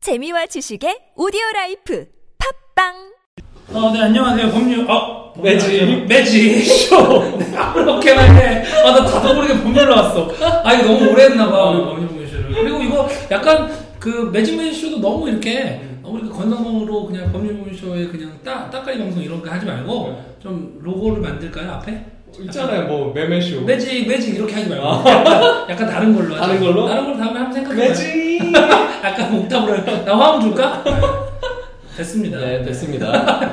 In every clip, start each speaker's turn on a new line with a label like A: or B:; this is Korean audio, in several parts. A: 재미와 지식의 오디오 라이프 팝빵
B: 어, 네, 안녕하세요. 법률, 어,
C: 매직.
B: 매직쇼. 네, 아무렇게나 해. 아, 나 다도 모르게 법률 나왔어. 아, 이거 너무 오래 했나봐,
C: 어,
B: 우리 법률 매직쇼를. 그리고 이거 약간 그 매직 매직쇼도 너무 이렇게, 너무 이렇게 건성으로 그냥 법률 매직쇼에 그냥 따, 따까리 방송 이런 거 하지 말고,
C: 네.
B: 좀 로고를 만들까요, 앞에?
C: 있잖아요 뭐 매매쇼
B: 매직, 매직 이렇게 하지 말고. 약간, 약간 다른 걸로 하자.
C: 아. 다른 걸로?
B: 다른 걸로 다음에 한번 생각해봐요.
C: 매직
B: 아까 옥탑으로, 나 화음 줄까? 됐습니다.
C: 네 됐습니다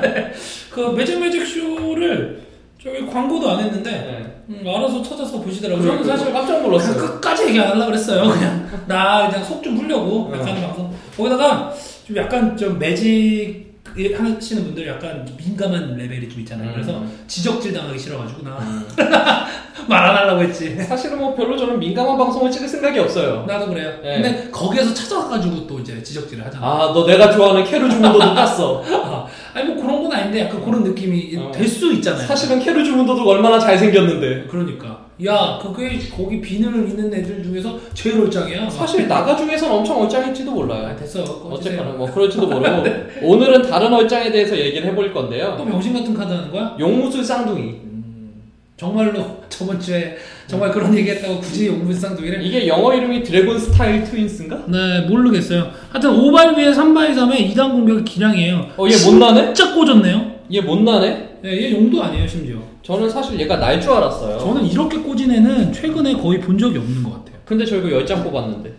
B: 그 매직 매직 쇼를 저기 광고도 안 했는데
C: 네.
B: 음, 알아서 찾아서 보시더라고요. 저는 사실
C: 깜짝
B: 그냥 끝까지 얘기 안 하려고 그랬어요. 어. 그냥 나 그냥 속 좀 풀려고
C: 네.
B: 약간 방송 거기다가 좀 약간 좀 매직 하시는 분들 약간 민감한 레벨이 좀 있잖아요.
C: 음.
B: 그래서 지적질 당하기 싫어가지고 나 말 안 하려고 했지.
C: 사실은 뭐 별로 저는 민감한 방송을 찍을 생각이 없어요
B: 나도 그래요.
C: 네.
B: 근데 거기에서 찾아가지고 또 이제 지적질을 하잖아.
C: 아 너 내가 좋아하는 캐루 주문도도 땄어
B: 아, 아니 뭐 그런 건 아닌데 약간 그런 느낌이
C: 어.
B: 될 수 있잖아요.
C: 사실은 캐루 주문도도 얼마나 잘생겼는데
B: 그러니까 야 그게 거기 비늘 있는 애들 중에서 제일 올짱이야
C: 사실 나가 중에선 엄청 얼짱일지도
B: 아,
C: 몰라요
B: 됐어
C: 어쨌거나 뭐 그럴지도 모르고 오늘은 다른 얼짱에 대해서 얘기를 해볼 건데요
B: 또 병신 같은 카드 하는 거야?
C: 용무술 쌍둥이
B: 정말로 저번 주에 정말 그런 얘기했다고 굳이 용문쌍둥이래?
C: 이게 영어 이름이 드래곤 스타일 트윈스인가?
B: 네 모르겠어요 하여튼 5발 위에 3발 3에 2단 공격이 기량이에요
C: 어, 얘 못나네?
B: 진짜 꽂았네요
C: 얘 못나네?
B: 네, 얘 용도 아니에요 심지어
C: 저는 사실 얘가 날 줄 알았어요
B: 저는 이렇게 꽂은 애는 최근에 거의 본 적이 없는 것 같아요
C: 근데 저희가 10장 뽑았는데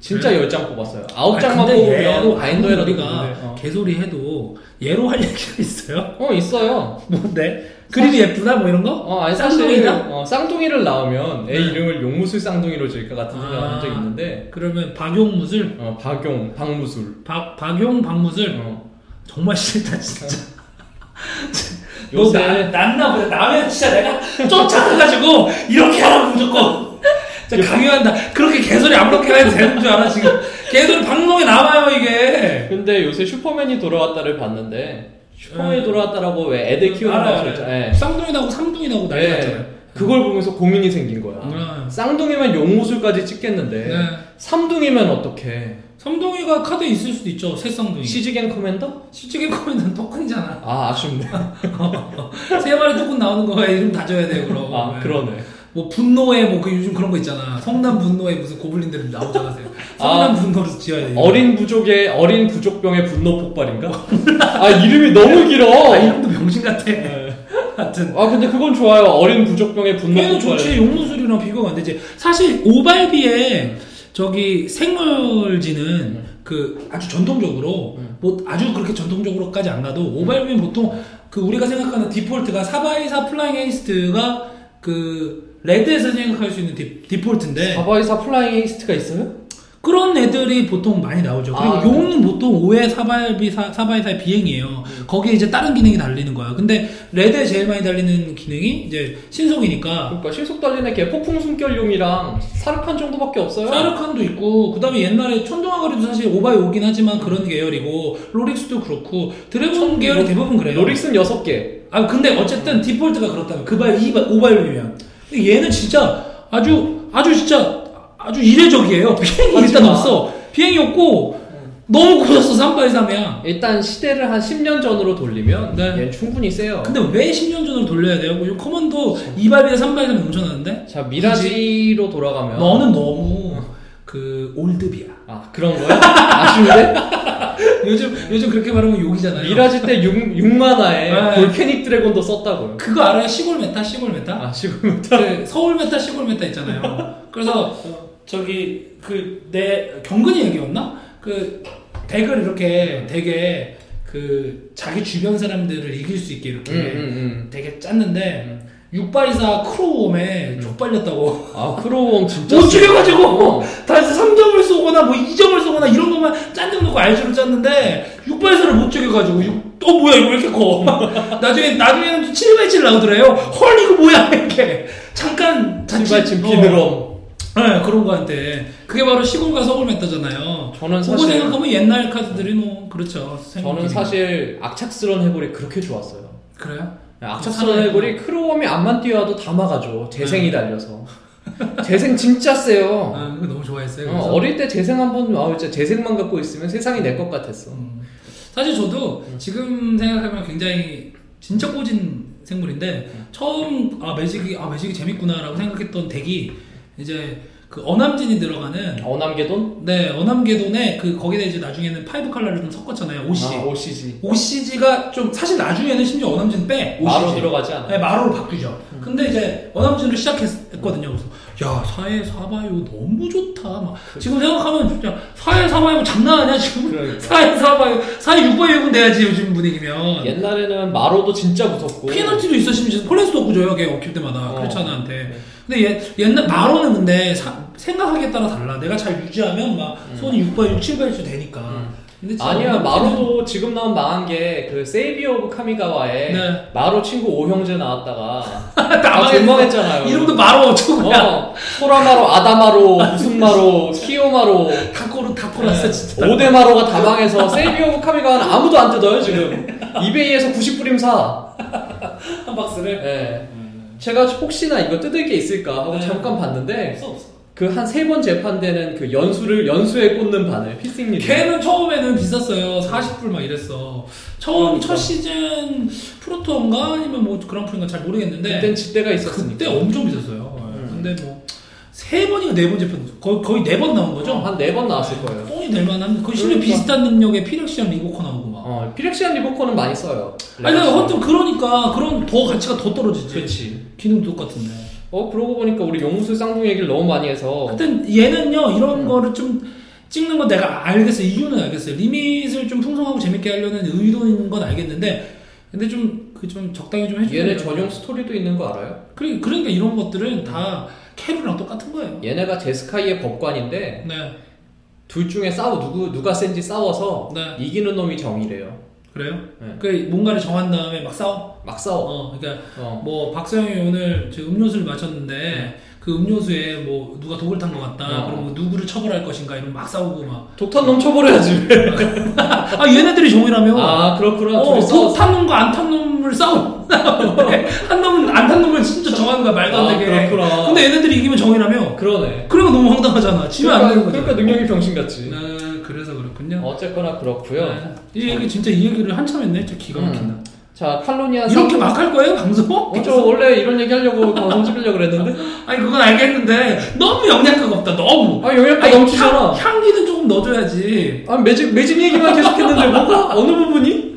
C: 진짜
B: 그래요?
C: 열 10장 뽑았어요 9장만
B: 아니, 근데 얘도
C: 뽑으면 뭐 바인더에라도
B: 우리가
C: 뽑는데. 어.
B: 개소리 해도 얘로 할 얘기가 있어요?
C: 어 있어요
B: 뭔데? 그림이 예쁘다 뭐 이런 거?
C: 어 아니
B: 쌍둥이다?
C: 사실 어, 쌍둥이를 낳으면 애
B: 네.
C: 이름을 용무술 쌍둥이로 저희가 같은 소리
B: 아.
C: 나온 적 있는데
B: 그러면 박용무술
C: 어 박용 박무술
B: 박 박용 박무술
C: 어.
B: 정말 싫다 진짜. 너
C: 요새-
B: 나, 낫나 보다. 나면 진짜 내가 쫓아가가지고 이렇게 하라고 무조건. 진짜 강요한다. 그렇게 개소리 아무렇게 해도 되는 줄 알아 지금. 개소리 방송에 남아요 이게.
C: 근데 요새 슈퍼맨이 돌아왔다를 봤는데 슈퍼맨이
B: 음.
C: 돌아다라고 왜 애들
B: 그
C: 키우는
B: 알아요,
C: 방송
B: 알아요.
C: 있잖아요 예.
B: 쌍둥이 나고 삼둥이 나고 난리
C: 예.
B: 났잖아요.
C: 그걸 보면서 고민이 생긴 거야
B: 음.
C: 쌍둥이면 용무술까지 찍겠는데
B: 네. 음.
C: 삼둥이면 어떡해
B: 삼둥이가 카드에 있을 수도 있죠. 새 쌍둥이.
C: 시즈겐 커맨더?
B: 시치게 코면은 토큰이잖아.
C: 아 아쉽네
B: 세 마리 토큰 나오는 거에 이름 다 줘야 돼요 그럼.
C: 아
B: 네.
C: 그러네
B: 뭐 분노의 뭐그 요즘 그런 거 있잖아. 성남 분노의 무슨 고블린들 나오잖아. 성남 분노로 지어야 돼.
C: 어린 부족의 어린 부족병의 분노 폭발인가? 아 이름이 너무 길어.
B: 아, 이름도 병신 같아.
C: 네.
B: 하여튼
C: 아 근데 그건 좋아요. 어린 부족병의 분노
B: 걔는
C: 폭발.
B: 좋지 용무술이랑 비교가 안 되지. 사실 오발비에 저기
C: 네.
B: 생얼지는 그 아주 전통적으로
C: 음.
B: 뭐 아주 그렇게 전통적으로까지 안 가도 오발비는 보통 그 우리가 생각하는 디폴트가 4x4 플라잉 에이스트가 그 레드에서 생각할 수 있는 디, 디폴트인데
C: 바바이사 플라잉 에이스트가 있어요?
B: 그런 애들이 보통 많이 나오죠. 그리고
C: 아,
B: 용은 보통 5회 사발비 사, 사발사의 비행이에요.
C: 음.
B: 거기에 이제 다른 기능이 달리는 거야. 근데 레드에 제일 많이 달리는 기능이 이제 신속이니까
C: 그러니까 신속 달리는 개 폭풍 숨결용이랑 사르칸 정도밖에 없어요.
B: 샤르칸도 있고 그다음에 옛날에 천둥아거리도 사실 오바이 오긴 하지만 그런 계열이고 로릭스도 그렇고 드래곤
C: 천-
B: 계열이 대부분 그래요.
C: 로릭슨 네, 6개.
B: 아 근데 어쨌든 디폴트가 그렇다면 그발 이발 오발이면 근데 얘는 진짜 아주 아주 진짜 아주 이례적이에요. 비행이 일단
C: 하지마. 음.
B: 없어. 비행이 없고 너무 고졌어 3발 3이야.
C: 일단 시대를 한 10년 전으로 돌리면
B: 네.
C: 얘는 충분히 세요.
B: 근데 왜 10년 전으로 돌려야 돼요? 뭐 요 커먼도 2발이나 3발이나 넘쳐나는데?
C: 자 미라지로 돌아가면
B: 너는 너무 그 올드비야.
C: 아 그런 거야? 아쉬운데?
B: 요즘 요즘 그렇게 말하면 욕이잖아요.
C: 미라지 때 6, 육만화에
B: 네.
C: 볼케닉 드래곤도 썼다고요.
B: 그거 알아요? 시골 메타 시골 메타?
C: 아 지금
B: 그 서울 메타 시골 메타 있잖아요. 그래서 저기 그 내 경근이 얘기였나? 그 덱을 이렇게 되게 그 자기 주변 사람들을 이길 수 있게 이렇게
C: 음, 음,
B: 되게 짰는데 6발이사 크로우홈에 족발렸다고
C: 음. 아 크로우엉 진짜
B: 못 죽여가지고
C: 어.
B: 뭐 다시 3점을 쏘거나 뭐 2점을 쏘거나 이런 것만 짠정 넣고 알주를 짰는데 6발사를 못 죽여가지고 6, 어 뭐야 이거 왜 이렇게 커 나중에 나중에는 7발질 나오더래요 헐 이거 뭐야 이렇게 잠깐 자칫-
C: 신발 진
B: 어,
C: 비늘어.
B: 네 그런 거한테 그게 바로 시골과 서울 메타잖아요
C: 저는
B: 그거
C: 사실-
B: 생각하면 옛날 카드들이 뭐 그렇죠
C: 저는
B: 생각해보니까.
C: 사실 악착스런 해골이 그렇게 좋았어요.
B: 그래요? 네.
C: 악착스런 해골이 크로엄이 앞만 뛰어와도 다 막아줘. 재생이 달려서. 재생 진짜 세요.
B: 아, 이거 너무 좋아했어요.
C: 어,
B: 그래서.
C: 어릴 때 재생 한번 아 진짜 재생만 갖고 있으면 세상이 내 것 같았어.
B: 음. 사실 저도
C: 음.
B: 지금 생각하면 굉장히 진짜 꽂은 생물인데 처음 아 매직이 아 매직이 재밌구나라고 생각했던 덱이 이제 그 어남진이 들어가는
C: 어남계돈?
B: 네 어남계돈에 그 거기다 이제 나중에는 파이브 칼라를 좀 섞었잖아요 오씨
C: 아, OCG.
B: 오씨지가 좀 사실 나중에는 심지어 어남진 빼
C: 마로
B: OCG.
C: 들어가지 않아.
B: 네, 마루로 바뀌죠.
C: 음.
B: 근데 이제 원암진으로 시작했거든요. 그래서 야 사회 사바이오 너무 좋다. 막 지금 생각하면 진짜 사회 사바이오 장난 아니야 지금.
C: 그렇죠. 그러니까.
B: 사회 사바이오 사회 육바이오군 돼야지 요즘
C: 예.
B: 분위기면.
C: 옛날에는 마로도 진짜 무섭고.
B: 피널티도 있어 심지어 폴레스도 없고 줘요 걔 어킬 때마다
C: 어.
B: 크리스찬한테 근데 얘, 옛날 마로는 근데 사- 생각하기에 따라 달라 내가 잘 유지하면 막 손이 6바 6, 7바일수 되니까
C: 음.
B: 근데 진짜
C: 아니야
B: 어남진은-
C: 마로도 지금 나온 망한 게 그 세이비어 오브 카미가와에
B: 네.
C: 마로 친구 오형제 나왔다가
B: 다
C: 다
B: 망했어.
C: 존망했잖아요.
B: 이름도 마로 어쩌고 야
C: 어, 소라마로, 아다마로, 무슨마로, 키오마로,
B: 다코로
C: 네.
B: 다코라스 진짜
C: 오데마로가 다 망해서 세이비어 오브 카미가와는 아무도 안 뜯어요 지금. 이베이에서 90불임 사.
B: 한 박스를
C: 예. 제가 혹시나 이거 뜯을 게 있을까 하고
B: 네.
C: 잠깐 봤는데
B: 없어 없어
C: 그 한 세 번 재판되는 그 연수를 연수에 꽂는 바늘 피싱리.
B: 걔는 처음에는 비쌌어요. 40불 막 이랬어. 처음
C: 그러니까.
B: 첫 시즌 프로토인가 아니면 뭐 그랑프인가 잘 모르겠는데
C: 그땐 집대가 있었으니까.
B: 네.
C: 음.
B: 그때 엄청 비쌌어요. 예. 근데 뭐 세 번인가 네 번 제품 거의 거의 네 번 나온 거죠.
C: 한 네 번 나왔을 거예요.
B: 뽕이 될 만한 거의 심지어
C: 그러니까.
B: 비슷한 능력의 피렉시랑 리보커 나오고 막.
C: 어, 피렉시안 리버코는 많이 써요.
B: 아니 근데 하여튼 그러니까 그런 더 가치가 더 떨어지지.
C: 그렇지.
B: 기능도 똑같은데.
C: 어 그러고 보니까 우리 용무술 쌍둥이 얘기를 너무 많이 해서
B: 하여튼 얘는요 이런
C: 음.
B: 거를 좀 찍는 건 내가 알겠어 요 이유는 알겠어요 리밋을 좀 풍성하고 재밌게 하려는 의도인 건 알겠는데 근데 좀 그 좀 적당히 좀 해줘야
C: 얘네
B: 돼요.
C: 전용 스토리도 있는 거 알아요?
B: 그래, 그러니까 이런 것들은 다 캐롤랑 똑같은 거예요
C: 얘네가 제스카이의 법관인데
B: 네
C: 둘 중에 싸워 누구 누가 센지 싸워서
B: 네.
C: 이기는 놈이 정이래요.
B: 그래요
C: 네.
B: 그 뭔가를 정한 다음에 막 싸워
C: 막 싸워.
B: 어 그러니까
C: 어.
B: 뭐 박서영이 오늘 제 음료수를 마셨는데 그 음료수에 뭐 누가 독을 탄 것 같다
C: 네. 어.
B: 그럼 뭐 누구를 처벌할 것인가 이런 막 싸우고 막
C: 독탄 넘쳐버려야지.
B: 아 얘네들이 정이라며
C: 아 그렇구나.
B: 어,
C: 둘이 싸워.
B: 독탄 놈과 안 탄 놈을 싸워. 한 놈은 안 탄 놈은 진짜 정하는 거야, 말도 안
C: 아,
B: 되게.
C: 그렇구나.
B: 근데 얘네들이 이기면 정이라며.
C: 그러네.
B: 그러면 너무 황당하잖아. 지면 안 되는
C: 그러니까,
B: 거잖아.
C: 그러니까 능력이 병신 같지.
B: 네, 그래서 그렇군요.
C: 어쨌거나 그렇고요.
B: 네. 이 얘기 진짜 이 얘기를 한참 했네. 진짜 기가 막힌다.
C: 자 칼로니아
B: 이렇게 막 할 거예요, 방송?
C: 음. 어, 저 원래 이런 얘기 하려고 방송 찍으려고 그랬는데
B: 아니 그건 알겠는데 너무 영양가가 없다. 너무.
C: 아 영역가
B: 아니,
C: 넘치잖아.
B: 향, 향기는 조금 넣어줘야지.
C: 아 매직 매직 얘기만 계속했는데 뭐가 어느 부분이?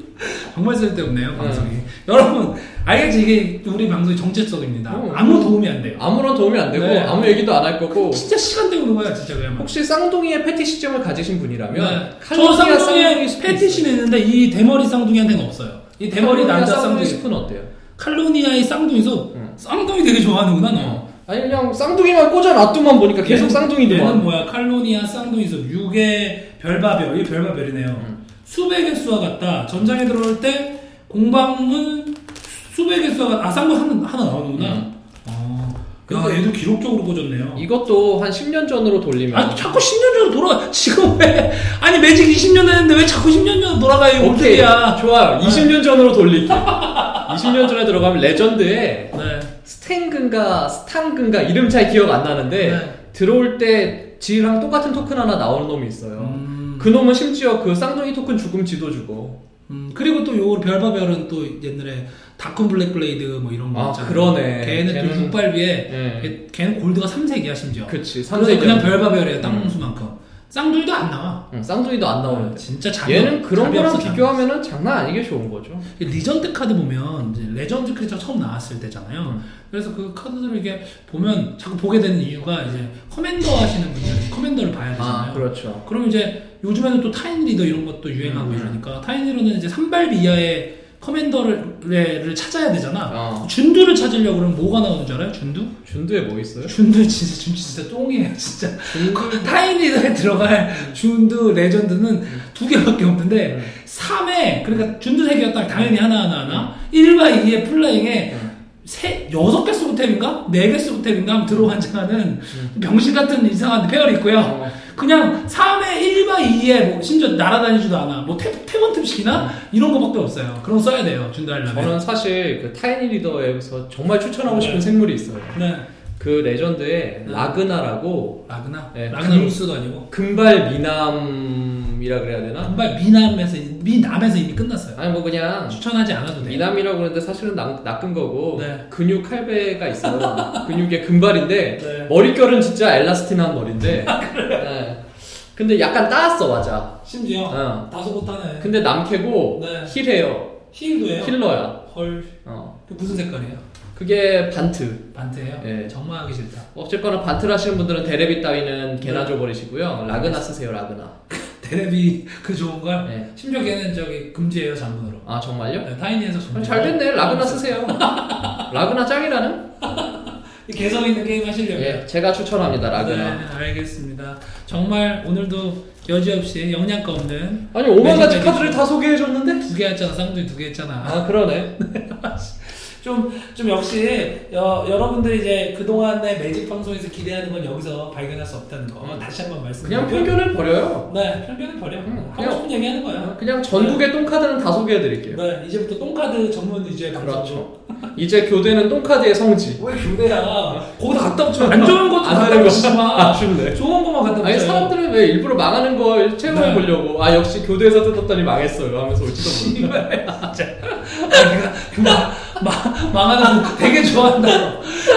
B: 정말 쓸데없네요, 방송이. 여러분, 알겠지? 이게 우리 방송의 정체성입니다.
C: 어,
B: 아무 도움이 안 돼요.
C: 아무런 도움이 안 되고
B: 네.
C: 아무 얘기도 안 할 거고
B: 진짜 시간 때우는 거야, 진짜 그냥.
C: 혹시 쌍둥이의 패티시점을 가지신 분이라면
B: 네. 저 쌍둥이에
C: 스푼
B: 패티시는 있는데 이 대머리 쌍둥이한테는 없어요. 이
C: 있어요.
B: 대머리
C: 칼로니아
B: 남자 쌍둥이
C: 쌍둥이 스푼 어때요? 음.
B: 칼로니아의 쌍둥이도 쌍둥이 되게 좋아하는구나 너.
C: 아니 그냥 쌍둥이만 꽂아 놔두만 보니까 음. 계속
B: 얘는
C: 쌍둥이들만
B: 뭐야? 칼로니아 쌍둥이소 6의 별바별. 이게 별바별이네요.
C: 음.
B: 수백의 수와 같다. 전장에 들어올 때 공방은 수백의 수와 같다. 아 쌍둥이 하나, 하나 나오는구나.
C: 음.
B: 어. 야
C: 근데-
B: 얘도 기록적으로 꽂았네요.
C: 이것도 한 10년 전으로 돌리면
B: 아 자꾸 10년 전으로 돌아 지금 왜 아니 매직 20년 했는데 왜 자꾸 10년 전으로 돌아가요 이
C: 오케이
B: 오케이야 네.
C: 좋아요 20년 전으로 돌리기 20년 전에 들어가면 레전드에
B: 네.
C: 스탱근가 스탕근가 이름 잘 기억 안 나는데
B: 네.
C: 들어올 때 지랑 똑같은 토큰 하나 나오는 놈이 있어요
B: 음.
C: 그 놈은 심지어 그 쌍둥이 토큰 죽음 지도 주고
B: 음, 그리고 또 요 별바별은 또 옛날에 다크 블랙블레이드 뭐 이런 거
C: 아,
B: 있잖아요.
C: 그러네.
B: 걔는 또
C: 걔는-
B: 육발비에
C: 예.
B: 걔- 걔는 골드가 3색이야 심지어.
C: 그치
B: 래서
C: 3세기
B: 네. 그냥 별바별이에요. 땅콩수만큼. 쌍둥이도 안 나와.
C: 응, 음, 쌍둥이도 안 음. 아, 나오는데
B: 진짜 잘
C: 얘는 그런 거랑 비교하면은 장난 아니게 좋은 거죠.
B: 리전드 카드 보면 이제 레전드 크리처 처음 나왔을 때잖아요. 그래서 그 카드들을 이게 보면 자꾸 보게 되는 이유가 이제 커맨더 하시는 분들 커맨더를 봐야 되잖아요.
C: 그렇죠.
B: 그럼 이제 요즘에는 또 타인 리더 이런 것도
C: 음,
B: 유행하고 이러니까 타인 리더는 이제 산발 이하의 커맨더를 찾아야 되잖아.
C: 어.
B: 준두를 찾으려고 그러면 뭐가 나오는 줄 알아요? 준두?
C: 준두에 뭐 있어요?
B: 준두 진짜 준두 진짜 똥이에요 진짜. 그
C: 준두
B: 타인 리더에
C: 음.
B: 들어갈 준두 레전드는 두 개밖에 없는데 3회 그러니까 준두 세 개였다 당연히 하나 하나 하나 1과 2의 플라잉에
C: 음.
B: 세 여섯 개 수구탭인가 네 개 수구탭인가 하면
C: 음.
B: 들어간장하는 병신 같은 이상한 페어리 있고요.
C: 어.
B: 그냥 3회 1과 2에 뭐 심지어 날아다니지도 않아. 뭐 태, 태권탭식이나
C: 음.
B: 이런 거밖에 없어요. 그런 거 써야 돼요. 준다하려면.
C: 저는 사실 그 타이니 리더에서 정말 추천하고 싶은
B: 네.
C: 생물이 있어요.
B: 네.
C: 그 레전드에
B: 음.
C: 라그나라고
B: 라그나?
C: 네,
B: 라그나
C: 금-
B: 루스도 아니고.
C: 금발 미남이라 그래야 되나?
B: 정말 미남에서, 미남에서 이미 끝났어요.
C: 아니 뭐 그냥
B: 추천하지 않아도 돼요.
C: 미남이라고 그러는데 사실은 낚, 낚은 거고
B: 네.
C: 근육 할배가 있어요. 근육에 금발인데
B: 네. 아,
C: 머릿결은 진짜 엘라스틴한 머리인데. 네. 근데 약간 따았어 맞아.
B: 심지어,
C: 어.
B: 다소 못하네.
C: 근데 남캐고
B: 네.
C: 힐해요.
B: 힐도예요?
C: 힐러야.
B: 헐.
C: 어.
B: 그 무슨 색깔이에요?
C: 그게 반트.
B: 반트예요?
C: 예.
B: 정말 하기 싫다.
C: 어쨌거나 반트를 하시는 분들은 데레비
B: 네.
C: 따위는 개나 줘버리시고요. 라그나 쓰세요 라그나.
B: 데레비 그 좋은 걸?
C: 네.
B: 심지어 걔는 저기 금지예요, 장문으로.
C: 아 정말요?
B: 네, 타이니에서 정문.
C: 잘 됐네 라그나 쓰세요. 라그나 짱이라는?
B: 개성 있는 게임 하시려고요.
C: 예, 제가 추천합니다 라그나.
B: 네, 알겠습니다. 정말 오늘도 여지없이 영양가 없는
C: 아니 5만 가지
B: 매직
C: 카드를 다 소개해줬는데?
B: 두 개 했잖아, 쌍둥이 두 개 했잖아.
C: 아 그러네.
B: 좀, 좀 역시 여, 여러분들이 이제 그동안의 매직 방송에서 기대하는 건 여기서 발견할 수 없다는 거
C: 음.
B: 다시 한번 말씀드리고
C: 그냥 편견을 버려요.
B: 네, 편견은 버려.
C: 음,
B: 하고
C: 그냥- 음.
B: 싶은 얘기 하는 거야.
C: 그냥 전국의 똥카드는 다 소개해드릴게요.
B: 네, 이제부터 똥카드 전문 이제 방송으로.
C: 그렇죠. 이제 교대는 똥카드의 성지.
B: 왜 교대야? 거기다 갖다 붙여. 안 좋은 것도
C: 네. 안
B: 갖다
C: 되는 거.
B: 붙이지 마.
C: 아쉽네.
B: 좋은 것만 갖다 붙여.
C: 아니 사람들은 왜 일부러 망하는 걸
B: 네.
C: 체험해보려고 아 역시 교대에서 뜯었더니 망했어요 하면서 올지도 모르는
B: 내가 그막 망하는 거 되게 좋아한다.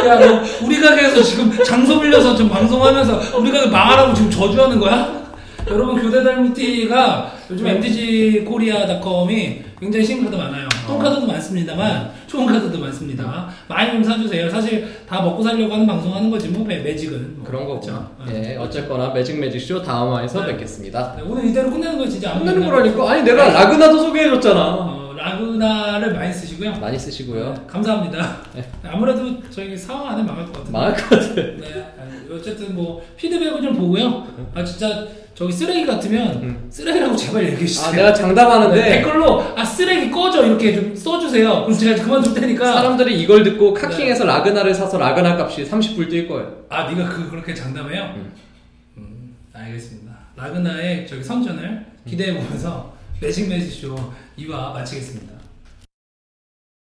B: 야, 너 우리 가게에서 지금 장소 빌려서 지금 방송하면서 우리 가게 망하라고 지금 저주하는 거야? 여러분 교대 달미티가 요즘
C: 네.
B: mdgkorea.com이 굉장히 신카드 많아요.
C: 어.
B: 똥카드도 많습니다만 좋은 카드도 많습니다. 많이 좀 사주세요. 사실 다 먹고 살려고 하는 방송하는 거지 뭐 매- 매직은 뭐.
C: 그런 거구나
B: 그렇죠? 네.
C: 예, 어쨌거나 매직 매직쇼 다음화에서
B: 네.
C: 뵙겠습니다
B: 네, 오늘 이대로 끝내는 거 진짜 아무
C: 끝내는
B: 얘기나-
C: 거라니까 아니 내가 라그나도 소개해줬잖아
B: 어, 라그나를 많이 쓰시고요.
C: 많이 쓰시고요
B: 네,
C: 네.
B: 감사합니다. 아무래도 저희 상황 안에 망할 것 같은데.
C: 망할 것 같아
B: 네. 아니, 어쨌든 뭐 피드백은 좀 보고요. 아 진짜 저기 쓰레기 같으면
C: 음.
B: 쓰레기라고 제발 얘기해
C: 아
B: 주세요.
C: 내가 장담하는데
B: 네, 댓글로 아 쓰레기 꺼져 이렇게 좀 써주세요. 그럼 제가 그만 줄 테니까.
C: 사람들이 이걸 듣고 카킹에서 라그나를 사서 라그나 값이 30불 뛸 거예요
B: 아 네가 그 그렇게 장담해요? 음. 알겠습니다. 라그나의 저기 선전을 기대해 보면서 매직 매직 쇼 2화 마치겠습니다.